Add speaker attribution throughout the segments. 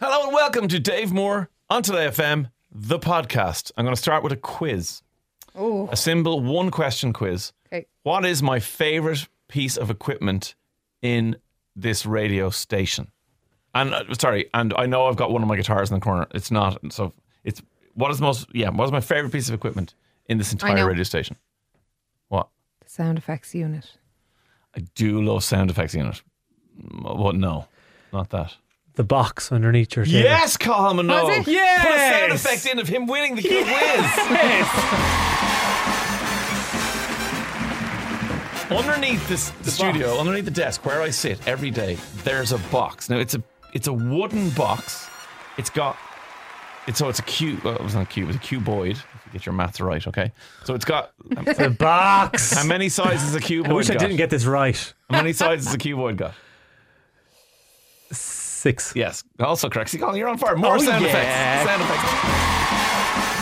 Speaker 1: Hello and welcome to Dave Moore on Today FM, the podcast. I'm going to start with a quiz.
Speaker 2: Oh,
Speaker 1: A simple one question quiz.
Speaker 2: Okay.
Speaker 1: What is my favorite piece of equipment in this radio station? And uh, sorry, and I know I've got one of my guitars in the corner. It's not so it's what is the most yeah, what is my favorite piece of equipment in this entire
Speaker 2: know.
Speaker 1: radio station? What?
Speaker 2: The sound effects unit.
Speaker 1: I do love sound effects unit. Mm, What no. Not that.
Speaker 3: the box underneath your table.
Speaker 1: Yes, Colin Minogue.
Speaker 2: Was it?
Speaker 1: Put a sound
Speaker 3: Yes.
Speaker 1: effect in of him winning the kid whiz. underneath this, the, studio, underneath the desk where I sit every day, there's a box. Now it's a it's a wooden box. It's got it's so it's a cube. Well, it was not a cube. It's a cuboid. If you get your maths right, okay. So it's got
Speaker 3: The box.
Speaker 1: how many sizes a cuboid?
Speaker 3: I wish I
Speaker 1: got?
Speaker 3: didn't get this right.
Speaker 1: how many sizes a cuboid got.
Speaker 3: Six.
Speaker 1: Yes, also correct. See, Colin, you're on fire. More
Speaker 3: Oh,
Speaker 1: sound
Speaker 3: yeah.
Speaker 1: effects. Sound effects.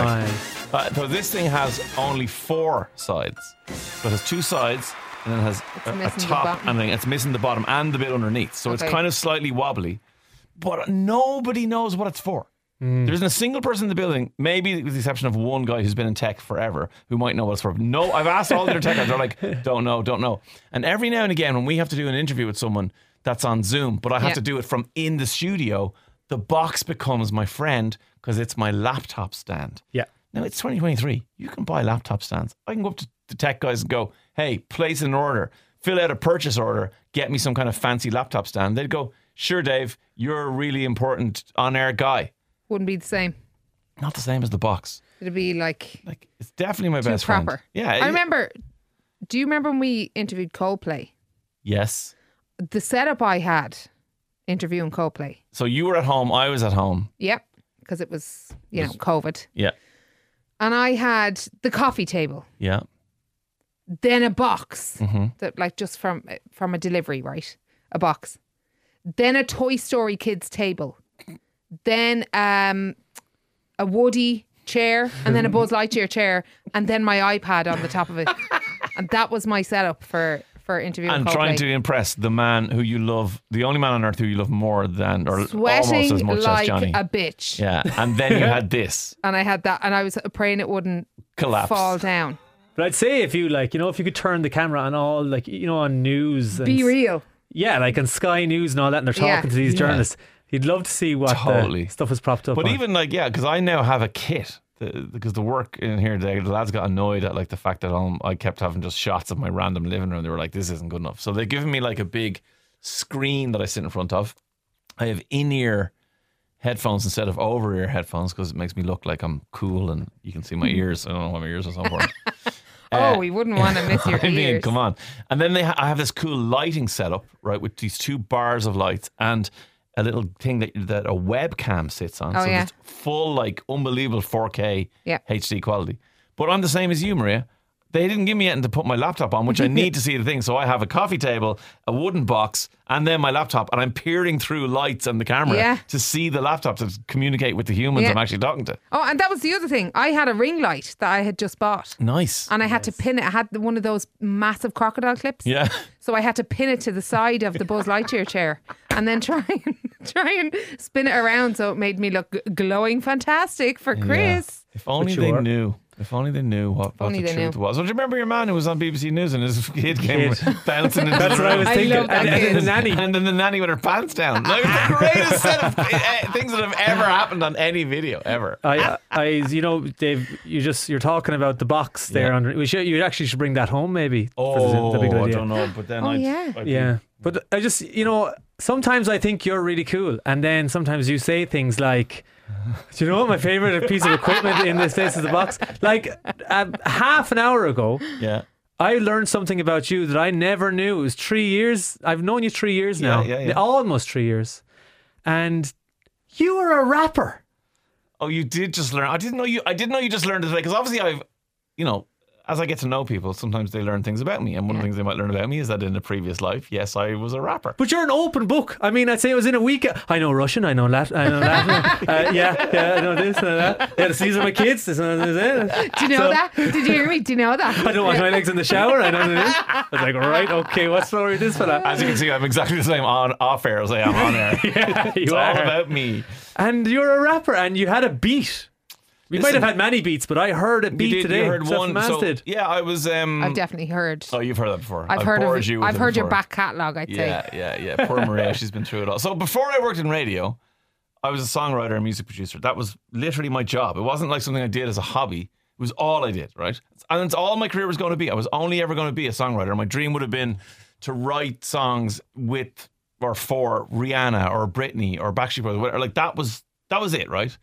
Speaker 3: Fine.
Speaker 1: Uh, so this thing has only four sides. So it has two sides, and then it has a, a
Speaker 2: missing the
Speaker 1: top,
Speaker 2: bottom.
Speaker 1: and then it's missing the bottom and the bit underneath. So it's
Speaker 2: Okay.
Speaker 1: kind of slightly wobbly, but nobody knows what it's for. There isn't a single person in the building, maybe with the exception of one guy who's been in tech forever, who might know what it's for. No, I've asked all the other tech guys. They're like, don't know, don't know. And every now and again, when we have to do an interview with someone that's on Zoom, but I have
Speaker 2: Yeah.
Speaker 1: to do it from in the studio, the box becomes my friend because it's my laptop stand.
Speaker 3: Yeah.
Speaker 1: Now it's 2023. You can buy laptop stands. I can go up to the tech guys and go, hey, place an order, fill out a purchase order, get me some kind of fancy laptop stand. They'd go, sure, Dave, you're a really important on air guy.
Speaker 2: Wouldn't be the same.
Speaker 1: Not the same as the box.
Speaker 2: It'd be like
Speaker 1: Like, it's definitely my
Speaker 2: too
Speaker 1: best
Speaker 2: proper.
Speaker 1: friend. Yeah.
Speaker 2: I remember. Do you remember when we interviewed Coldplay?
Speaker 1: Yes.
Speaker 2: The setup I had interviewing Coldplay.
Speaker 1: So you were at home. I was at home.
Speaker 2: Yep. Because it was, you know, COVID.
Speaker 1: Yeah.
Speaker 2: And I had the coffee table,
Speaker 1: Yeah.
Speaker 2: then a box
Speaker 1: Mm-hmm.
Speaker 2: that, like, just from from a delivery, right? A box, then a Toy Story kids table, then um, a Woody chair, and then a Buzz Lightyear chair, and then my iPad on the top of it, and that was my setup for for interviewing.
Speaker 1: And
Speaker 2: Coldplay.
Speaker 1: trying to impress the man who you love, the only man on earth who you love more than, or almost as
Speaker 2: sweating
Speaker 1: much
Speaker 2: like
Speaker 1: as Johnny.
Speaker 2: a bitch.
Speaker 1: yeah. And then you had this
Speaker 2: And I had that, and I was praying it wouldn't
Speaker 1: collapse.
Speaker 2: fall down.
Speaker 3: But I'd say if you like, you know, if you could turn the camera on all, like, you know, on news. And,
Speaker 2: Be real.
Speaker 3: Yeah, like on Sky News and all that, and they're talking
Speaker 2: Yeah.
Speaker 3: to these journalists. You'd love to see what
Speaker 1: Totally.
Speaker 3: the stuff is propped up.
Speaker 1: But
Speaker 3: on.
Speaker 1: even like, yeah, because I now have a kit. The- Because the, work in here today, the lads got annoyed at like the fact that um, I kept having just shots of my random living room. They were like, "This isn't good enough." So they're giving me like a big screen that I sit in front of. I have in-ear headphones instead of over-ear headphones because it makes me look like I'm cool and you can see my
Speaker 3: Hmm.
Speaker 1: ears. I don't know why my ears are so important.
Speaker 2: oh, we wouldn't want to miss your
Speaker 1: I mean,
Speaker 2: ears.
Speaker 1: come on. And then they ha- I have this cool lighting setup, right, with these two bars of lights and a little thing that that a webcam sits on.
Speaker 2: Oh,
Speaker 1: so
Speaker 2: yeah.
Speaker 1: it's full, like, unbelievable 4K
Speaker 2: Yeah.
Speaker 1: HD quality. But I'm the same as you, Maria. They didn't give me anything to put my laptop on, which I need to see the thing. So I have a coffee table, a wooden box, and then my laptop, and I'm peering through lights and the camera
Speaker 2: Yeah.
Speaker 1: to see the laptop to communicate with the humans
Speaker 2: Yeah.
Speaker 1: I'm actually talking to.
Speaker 2: Oh, and that was the other thing. I had a ring light that I had just bought,
Speaker 1: Nice.
Speaker 2: and I had to pin it. I had the- one of those massive crocodile clips,
Speaker 1: yeah.
Speaker 2: so I had to pin it to the side of the Buzz Lightyear chair, and then try and try and spin it around so it made me look g- glowing, fantastic for Chris.
Speaker 1: Yeah. If only
Speaker 3: But you
Speaker 1: they
Speaker 3: are.
Speaker 1: knew. If only they knew what, what
Speaker 2: only
Speaker 1: the
Speaker 2: they
Speaker 1: truth
Speaker 2: knew.
Speaker 1: was. Well, do you remember your man who was on BBC News and his kid came
Speaker 3: Kid.
Speaker 1: bouncing into
Speaker 3: That's
Speaker 1: the
Speaker 3: what I was
Speaker 1: room?
Speaker 2: I
Speaker 3: thinking.
Speaker 2: love that
Speaker 3: and, and
Speaker 2: kid.
Speaker 3: the nanny.
Speaker 1: And then the nanny with her pants down. Like, it's the greatest set of uh, things that have ever happened on any video ever.
Speaker 3: I, I, you know, Dave, you just you're talking about the box there.
Speaker 1: Yeah.
Speaker 3: Under, we should, you actually should bring that home, maybe. for the- the big idea.
Speaker 1: know. But then
Speaker 2: Oh, I'd- yeah. I'd
Speaker 3: Yeah. But I just, you know, sometimes I think you're really cool. And then sometimes you say things like, do you know what my favorite piece of equipment in this place is the box? Like uh, half an hour ago,
Speaker 1: yeah.
Speaker 3: I learned something about you that I never knew. It was three years. I've known you three years
Speaker 1: Yeah,
Speaker 3: now.
Speaker 1: yeah, yeah.
Speaker 3: Almost three years. And you were a rapper.
Speaker 1: Oh, you did just learn. I didn't know you. I didn't know you just learned it today because obviously I've, you know, as I get to know people, sometimes they learn things about me. And one of the things they might learn about me is that in a previous life, yes, I was a rapper.
Speaker 3: But you're an open book. I mean, I'd say it was in a week. I know Russian. I know Latin. I know Latin. uh, yeah, yeah. I know this. I know that. Yeah, these are my kids. This, is- this is it.
Speaker 2: Do you know
Speaker 3: So-
Speaker 2: that? Did you hear me? Do you know that?
Speaker 3: I don't wash my legs in the shower. I know this. I was like, right, okay. What story is this fella?
Speaker 1: As you can see, I'm exactly the same on off air as I am on air.
Speaker 3: Yeah,
Speaker 1: it's
Speaker 3: you
Speaker 1: all
Speaker 3: are.
Speaker 1: about me.
Speaker 3: and you're a rapper, and you had a beat. We might
Speaker 1: Listen-
Speaker 3: have had many beats, but I heard a beat
Speaker 1: you did-
Speaker 3: today.
Speaker 1: You heard
Speaker 3: Steph
Speaker 1: one. So,
Speaker 3: Masted.
Speaker 1: yeah, I was. Um,
Speaker 2: I've definitely heard.
Speaker 1: oh, you've heard that before.
Speaker 2: I've heard
Speaker 1: bored
Speaker 2: of.
Speaker 1: you with
Speaker 2: I've
Speaker 1: it
Speaker 2: heard your
Speaker 1: before.
Speaker 2: back catalogue. I'd say.
Speaker 1: Yeah, yeah, yeah. Poor Maria, she's been through it all. So before I worked in radio, I was a songwriter and music producer. That was literally my job. It wasn't like something I did as a hobby. It was all I did, right? And it's all my career was going to be. I was only ever going to be a songwriter. My dream would have been to write songs with or for Rihanna or Britney or Backstreet Boys. Whatever. Like that was that was it, right?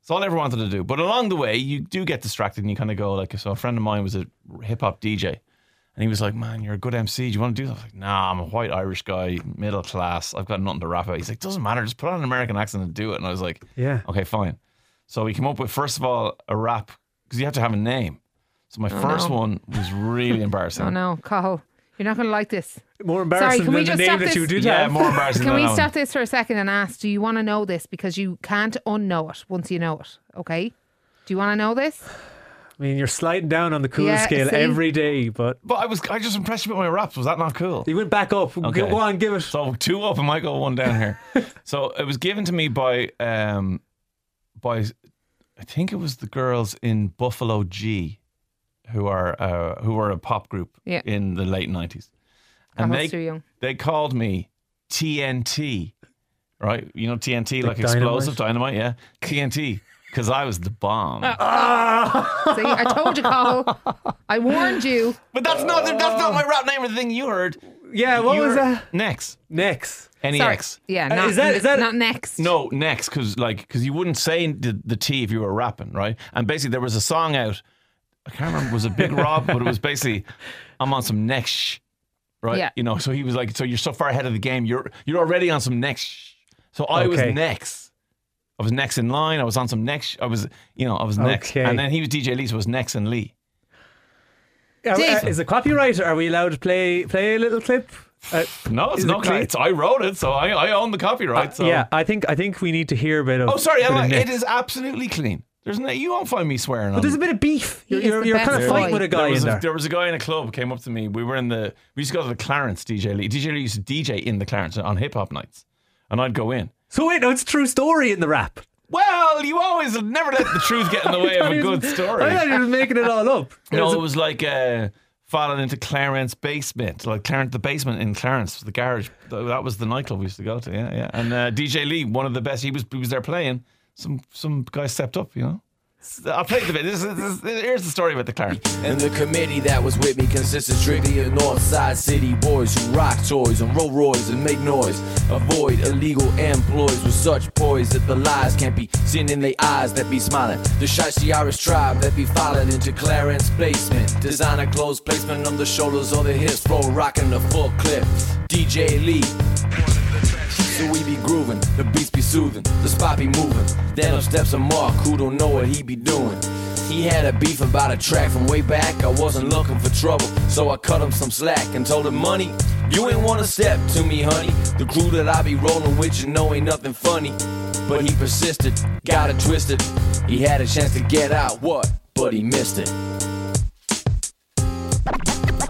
Speaker 1: It's all I ever wanted to do. But along the way, you do get distracted and you kind of go like. So a friend of mine was a hip hop DJ. And he was like, "Man, you're a good MC. Do you want to do that?" I was like, "Nah, I'm a white Irish guy, middle class. I've got nothing to rap about." He's like, "Doesn't matter. Just put on an American accent and do it." And I was like,
Speaker 3: Yeah.
Speaker 1: "Okay, fine." So we came up with first of all a rap because you have to have a name. So my first
Speaker 2: Oh, no.
Speaker 1: one was really embarrassing.
Speaker 2: Oh no, Cahill, you're not going to like this.
Speaker 3: More embarrassing
Speaker 2: can we
Speaker 3: than the
Speaker 2: just
Speaker 3: name
Speaker 2: stop
Speaker 3: that
Speaker 2: this?
Speaker 3: you did
Speaker 1: Yeah,
Speaker 3: have.
Speaker 1: more embarrassing.
Speaker 2: Can
Speaker 1: than
Speaker 2: we
Speaker 1: that one.
Speaker 2: stop this for a second and ask? Do you want to know this? Because you can't unknow it once you know it. Okay. Do you want to know this?
Speaker 3: I mean, you're sliding down on the cool
Speaker 2: Yeah,
Speaker 3: scale
Speaker 2: see?
Speaker 3: every day, but
Speaker 1: But I was, I just impressed you with my raps. Was that not cool?
Speaker 3: you went back up.
Speaker 1: Okay.
Speaker 3: Go on, give it.
Speaker 1: So two up, I might go one down here. so it was given to me by, um, by, I think it was the girls in Buffalo G, who are uh, who were a pop group
Speaker 2: Yeah.
Speaker 1: in the late nineties,
Speaker 2: Cahill's
Speaker 1: and they
Speaker 2: too young.
Speaker 1: they called me TNT, right? You know TNT, like,
Speaker 3: Like
Speaker 1: explosive dynamite, yeah, TNT, because I was the bomb.
Speaker 2: See, I told you, Cahill. I warned you.
Speaker 1: but that's not that's not my rap name or the thing you heard.
Speaker 3: Yeah, what was
Speaker 1: You're- E
Speaker 3: that?
Speaker 1: Next,
Speaker 3: Next.
Speaker 2: Sorry.
Speaker 1: Nex.
Speaker 2: Yeah.
Speaker 3: Uh,
Speaker 2: Not,
Speaker 3: is that- is that-
Speaker 2: not next?
Speaker 1: No, next, because like, because you wouldn't say the, the T if you were rapping, right? And basically, there was a song out. I can't remember. It was a big Rob, but it was basically, I'm on some next, sh-, right?
Speaker 2: Yeah.
Speaker 1: You know, so he was like, so you're so far ahead of the game, you're you're already on some next. sh-. So I
Speaker 3: Okay.
Speaker 1: was next. I was next in line. I was on some next. sh- I was, you know, I was next.
Speaker 3: Okay.
Speaker 1: And then he was DJ Lee, so it was next and Lee.
Speaker 3: Uh,
Speaker 2: Dave.
Speaker 3: uh, is it copyright? Are we allowed to play play a little clip? Uh,
Speaker 1: No, it's
Speaker 3: Is it
Speaker 1: not.
Speaker 3: clean? Uh,
Speaker 1: It's I wrote it, so I, I own the copyright. so
Speaker 3: Yeah, I think I think we need to hear a bit of.
Speaker 1: Oh, sorry,
Speaker 3: bit of
Speaker 1: Emma.
Speaker 3: Nick.
Speaker 1: It is absolutely clean. There's no, you won't find me swearing. on
Speaker 3: But there's
Speaker 1: it.
Speaker 3: a bit of beef. You're,
Speaker 2: is
Speaker 3: you're,
Speaker 2: the
Speaker 3: you're
Speaker 2: best
Speaker 3: kind of
Speaker 2: boy.
Speaker 3: fighting with a guy
Speaker 1: there was
Speaker 3: in
Speaker 1: a,
Speaker 3: there.
Speaker 1: was a guy in a club came up to me. We were in the we used to go to the Clarence DJ Lee. DJ Lee used to DJ in the Clarence on hip hop nights, and I'd go in.
Speaker 3: So wait, no, it's a true story in the rap.
Speaker 1: Well, you always never let the truth get in the way of
Speaker 3: I
Speaker 1: a
Speaker 3: was-
Speaker 1: good
Speaker 3: I
Speaker 1: story.
Speaker 3: thought you were making it all up.
Speaker 1: No, it was like uh, falling into Clarence basement, like Clarence the basement in Clarence, the garage. Th- That was the nightclub we used to go to. Yeah, yeah. And uh, DJ Lee, one of the best. He was he was there playing. Some some guy stepped up. You know, I played the bit. This, is- this, is- here's the story about the Clarence.
Speaker 4: And the committee that was with me consisted strictly of Northside City boys who rock toys and roll roys and make noise. Avoid illegal employs with such poise that the lies can't be seen in their eyes that be smiling. The shy Irish tribe that be filing into Clarence basement. Designer clothes placement on the shoulders or the hips, flow rocking the full clip. DJ Lee, so we be grooving, the beats be soothing, the spot be moving. Then up steps a Mark who don't know what he be doing. He had a beef about a track from way back. I wasn't looking for trouble, so I cut him some slack and told him, Money, you ain't wanna step to me, honey. The crew that I be rolling with, you know, ain't nothing funny. But he persisted, got it twisted. He had a chance to get out, what? But he missed it.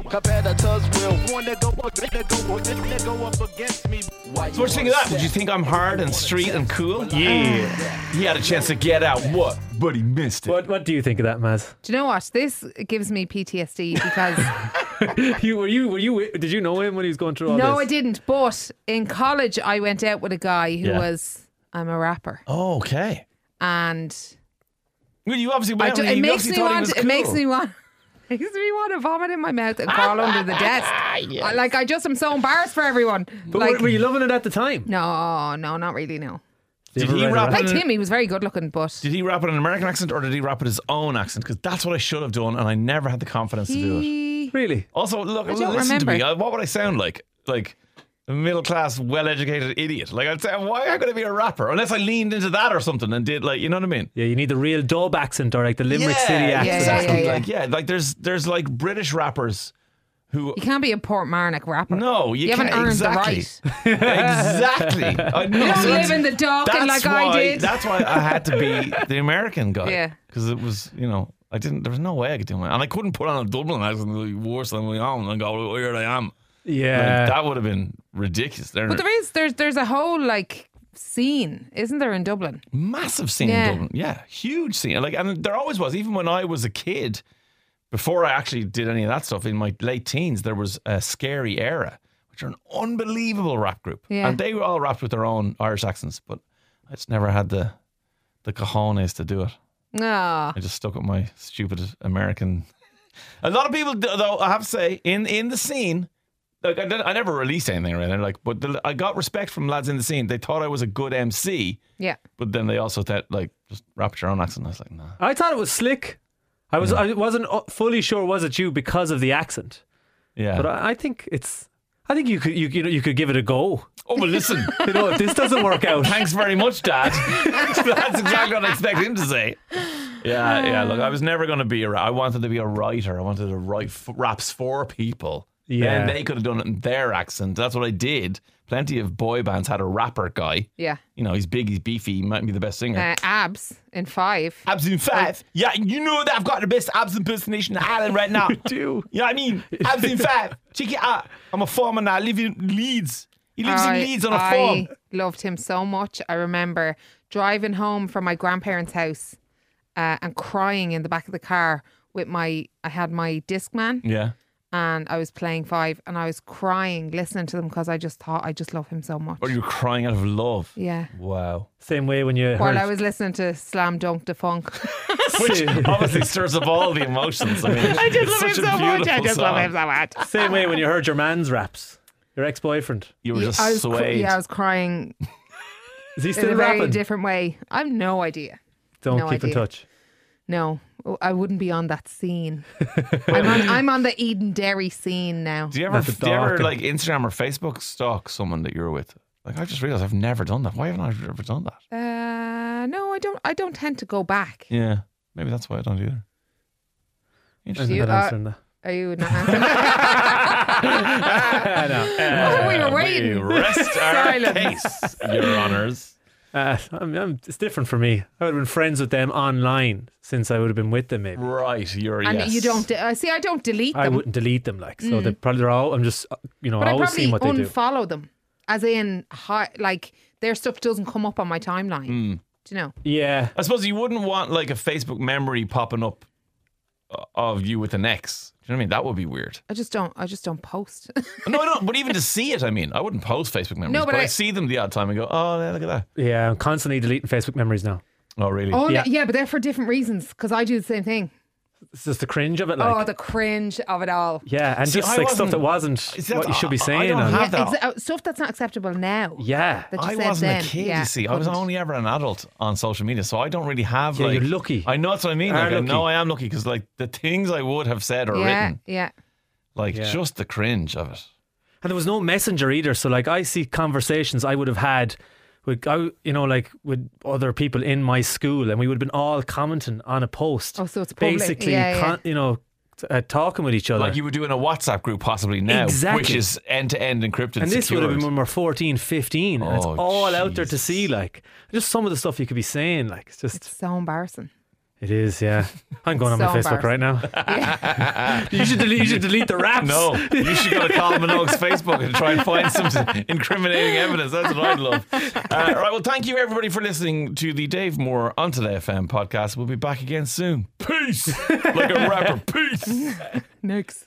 Speaker 5: competitors will wanna go, wanna go, wanna go up against me.
Speaker 4: Why
Speaker 1: So what you think of that? Did you think I'm hard and street and cool? Yeah. He had a chance to get out. What? But he missed it.
Speaker 3: What What do you think of that, Maz?
Speaker 2: Do you know what? This gives me PTSD because.
Speaker 3: You were you were you did you know him when he was going
Speaker 1: Oh,
Speaker 3: through all
Speaker 2: No, I
Speaker 3: this?
Speaker 2: didn't. But in college, I went out with a guy who
Speaker 1: Yeah.
Speaker 2: was I'm a rapper,
Speaker 1: Oh, okay.
Speaker 2: and
Speaker 1: Well, you obviously
Speaker 2: I
Speaker 1: went.
Speaker 2: do-
Speaker 1: and
Speaker 2: it
Speaker 1: you
Speaker 2: makes
Speaker 1: obviously
Speaker 2: me
Speaker 1: thought he
Speaker 2: want.
Speaker 1: was
Speaker 2: It makes
Speaker 1: cool.
Speaker 2: me want. Makes me want to vomit in my mouth and crawl under
Speaker 1: Ah,
Speaker 2: the desk. I- Like I just am so embarrassed for everyone.
Speaker 3: But
Speaker 2: like
Speaker 3: were, were you loving it at the time?
Speaker 2: no, no, not really. No,
Speaker 1: Did
Speaker 3: You
Speaker 1: he
Speaker 3: ever
Speaker 1: rap?
Speaker 3: read
Speaker 2: like
Speaker 1: in-
Speaker 2: him, he was very good looking, but
Speaker 1: Did he rap in an American accent or did he rap in his own accent? Because that's what I should have done, and I never had the confidence to do it.
Speaker 2: he
Speaker 3: Really?
Speaker 1: Also, look,
Speaker 2: don't
Speaker 1: listen to me. Uh,
Speaker 2: remember.
Speaker 1: I- What would I sound like? Like a middle class, well educated idiot. Like, I'd say, why am I going to be a rapper? Unless I leaned into that or something and did, like, you know what I mean?
Speaker 3: Yeah, you need the real Dub accent or like the Limerick
Speaker 1: Yeah,
Speaker 3: City accent.
Speaker 2: yeah,
Speaker 3: or
Speaker 2: yeah,
Speaker 3: something.
Speaker 2: yeah.
Speaker 1: Like, yeah, like there's there's like British rappers who.
Speaker 2: You can't be a Port Marnock rapper.
Speaker 1: No, you,
Speaker 2: You haven't
Speaker 1: can't.
Speaker 2: earned the
Speaker 1: exactly.
Speaker 2: right.
Speaker 1: exactly. I know.
Speaker 2: You
Speaker 1: So
Speaker 2: don't
Speaker 1: that's-
Speaker 2: live in the Dock like I
Speaker 1: why-
Speaker 2: did.
Speaker 1: That's why I had to be the American guy.
Speaker 2: Yeah.
Speaker 1: Because it was, you know, I didn't, there was no way I could do it. And I couldn't put on a Dublin accent really worse than my own and go, oh, here I am. Like,
Speaker 3: Yeah.
Speaker 1: that would have been ridiculous. There,
Speaker 2: But there is there's there's a whole like scene, isn't there, in Dublin?
Speaker 1: massive scene in
Speaker 2: Yeah.
Speaker 1: Dublin. Yeah. Huge scene. Like, and there always was. Even when I was a kid, before I actually did any of that stuff, in my late teens, there was a scary era, which are an unbelievable rap group.
Speaker 2: Yeah.
Speaker 1: And they were all rapped with their own Irish accents, but I just never had the the cojones to do it.
Speaker 2: No.
Speaker 1: I just stuck with my stupid American. A lot of people, do- though, I have to say, in in the scene, like I, didn't- I never released anything or anything, like, but the, I got respect from lads in the scene. They thought I was a good MC,
Speaker 2: Yeah.
Speaker 1: but then they also thought, like, just rap at your own accent. I was like, nah.
Speaker 3: I thought it was slick. I was I wasn't uh, fully sure was it you because of the accent,
Speaker 1: Yeah.
Speaker 3: but I, I think it's I think you could you you know you could give it a go.
Speaker 1: oh, well, listen.
Speaker 3: You know if this doesn't work out,
Speaker 1: Thanks very much, Dad. That's exactly what I expect him to say. Yeah, yeah. Look, I was never going to be a. ra- I wanted to be a writer. I wanted to write f- raps for people. Then
Speaker 3: Yeah.
Speaker 1: they could have done it in their accent. That's what I did. Plenty of boy bands had a rapper guy.
Speaker 2: Yeah.
Speaker 1: You know, he's big, he's beefy, he might be the best singer.
Speaker 2: Uh, abs in five.
Speaker 1: abs in five. Yeah, you know that I've got the best abs impersonation in Ireland right now.
Speaker 3: do.
Speaker 1: You know what I mean? Abs in five. Check it out. I'm a farmer now. I live in Leeds. He lives
Speaker 2: I-
Speaker 1: in Leeds on a
Speaker 2: I
Speaker 1: farm.
Speaker 2: loved him so much. I remember driving home from my grandparents' house uh, and crying in the back of the car with my. I had my Discman
Speaker 1: Yeah.
Speaker 2: and I was playing five, and I was crying listening to them because I just thought I just love him so much.
Speaker 1: Or Oh, you're crying out of love.
Speaker 2: yeah.
Speaker 1: Wow.
Speaker 3: same way when you
Speaker 2: While
Speaker 3: heard
Speaker 2: I was listening to Slam Dunk the Funk.
Speaker 1: Which obviously stirs up all the emotions. I mean, I
Speaker 2: just love him so much. I just love him so much.
Speaker 3: same way when you heard your man's raps, your ex boyfriend.
Speaker 1: You were just
Speaker 2: I was cr-
Speaker 1: swayed.
Speaker 2: yeah, I was crying
Speaker 3: Is he
Speaker 2: in
Speaker 3: still
Speaker 2: a very
Speaker 3: rapping?
Speaker 2: different way. I've no idea.
Speaker 3: Don't
Speaker 2: no
Speaker 3: keep in
Speaker 2: idea.
Speaker 3: touch.
Speaker 2: No, oh, I wouldn't be on that scene. I'm on, I'm on the Eden Derry scene now.
Speaker 1: Do you ever,
Speaker 3: At the
Speaker 1: do you ever
Speaker 3: dark.
Speaker 1: like Instagram or Facebook stalk someone that you're with? Like I just realized I've never done that. Why haven't I ever done that?
Speaker 2: Uh, no, I don't. I don't tend to go back.
Speaker 1: Yeah, maybe that's why I don't either.
Speaker 3: I'm
Speaker 1: Interesting.
Speaker 2: You
Speaker 3: not
Speaker 2: are-
Speaker 3: answering that.
Speaker 2: Are you not answering? we were waiting.
Speaker 1: We rest our
Speaker 2: Silence.
Speaker 1: case, your honors.
Speaker 3: Uh, I'm, I'm, it's different for me. I would have been friends with them online since I would have been with them. Maybe
Speaker 1: Right, you're
Speaker 2: and
Speaker 1: yes.
Speaker 2: you don't. de- I see. I don't delete
Speaker 3: I
Speaker 2: them, Mm.
Speaker 3: wouldn't delete them. Like so, they probably they're all. I'm just uh, you know
Speaker 2: but I
Speaker 3: always
Speaker 2: probably
Speaker 3: seeing what they do.
Speaker 2: unfollow them, as in, hi, like their stuff doesn't come up on my timeline.
Speaker 3: Hmm.
Speaker 2: Do you know?
Speaker 3: Yeah,
Speaker 1: I suppose you wouldn't want like a Facebook memory popping up uh, of you with an ex. Do you know what I mean? That would be weird.
Speaker 2: I just don't. I just don't post.
Speaker 1: No, I don't. But even to see it, I mean, I wouldn't post Facebook memories.
Speaker 2: No,
Speaker 1: but,
Speaker 2: but
Speaker 1: I,
Speaker 2: I-
Speaker 1: see them the odd time and go, oh, yeah, look at that.
Speaker 3: yeah. I'm constantly deleting Facebook memories now.
Speaker 1: Oh, really?
Speaker 2: oh yeah.
Speaker 3: Yeah.
Speaker 2: No, yeah, but they're for different reasons because I do the same thing.
Speaker 3: It's just the cringe of it. Like
Speaker 2: oh, the cringe of it all.
Speaker 3: yeah, and
Speaker 1: See,
Speaker 3: just
Speaker 1: I
Speaker 3: like
Speaker 1: wasn't-
Speaker 3: stuff that wasn't
Speaker 1: See, that's-
Speaker 3: what you should be
Speaker 1: I- I
Speaker 3: saying.
Speaker 1: don't
Speaker 3: and-
Speaker 1: have- that.
Speaker 2: exa- uh, stuff that's not acceptable now.
Speaker 3: yeah,
Speaker 2: That you
Speaker 1: I
Speaker 2: said
Speaker 1: wasn't
Speaker 2: then.
Speaker 1: a kid,
Speaker 2: yeah,
Speaker 1: you see. I was
Speaker 2: couldn't.
Speaker 1: only ever an adult on social media, so I don't really have
Speaker 3: Yeah,
Speaker 1: like.
Speaker 3: you're lucky.
Speaker 1: I know that's what I mean.
Speaker 3: Are
Speaker 1: Like, I
Speaker 3: lucky.
Speaker 1: know I am lucky because like the things I would have said or
Speaker 2: Yeah,
Speaker 1: written,
Speaker 2: yeah.
Speaker 1: like
Speaker 3: Yeah.
Speaker 1: just the cringe of it.
Speaker 3: and there was no messenger either. So like, I see conversations I would have had. With, I, you know, like with other people in my school, and we would have been all commenting on a post.
Speaker 2: Oh, so it's public.
Speaker 3: basically,
Speaker 2: Yeah,
Speaker 3: con- you know, t- uh, talking with each other.
Speaker 1: Like you would do in a WhatsApp group possibly now, which
Speaker 3: Exactly.
Speaker 1: is end to end encrypted.
Speaker 3: and this would have
Speaker 1: secured.
Speaker 3: been when we're 14, 15, and it's
Speaker 1: Oh,
Speaker 3: all out there to
Speaker 1: Jesus.
Speaker 3: see. Like, just some of the stuff you could be saying. Like, it's just,
Speaker 2: So embarrassing.
Speaker 3: it is, yeah. I'm going on
Speaker 2: So
Speaker 3: my Facebook right now. you, should delete, you should delete the raps.
Speaker 1: No, you should go to Colin Minogue's Facebook and try and find some incriminating evidence. That's what I'd love. Uh, all right, well, thank you everybody for listening to the Dave Moore on Today FM podcast. We'll be back again soon. Peace, like a rapper. Peace.
Speaker 2: Next.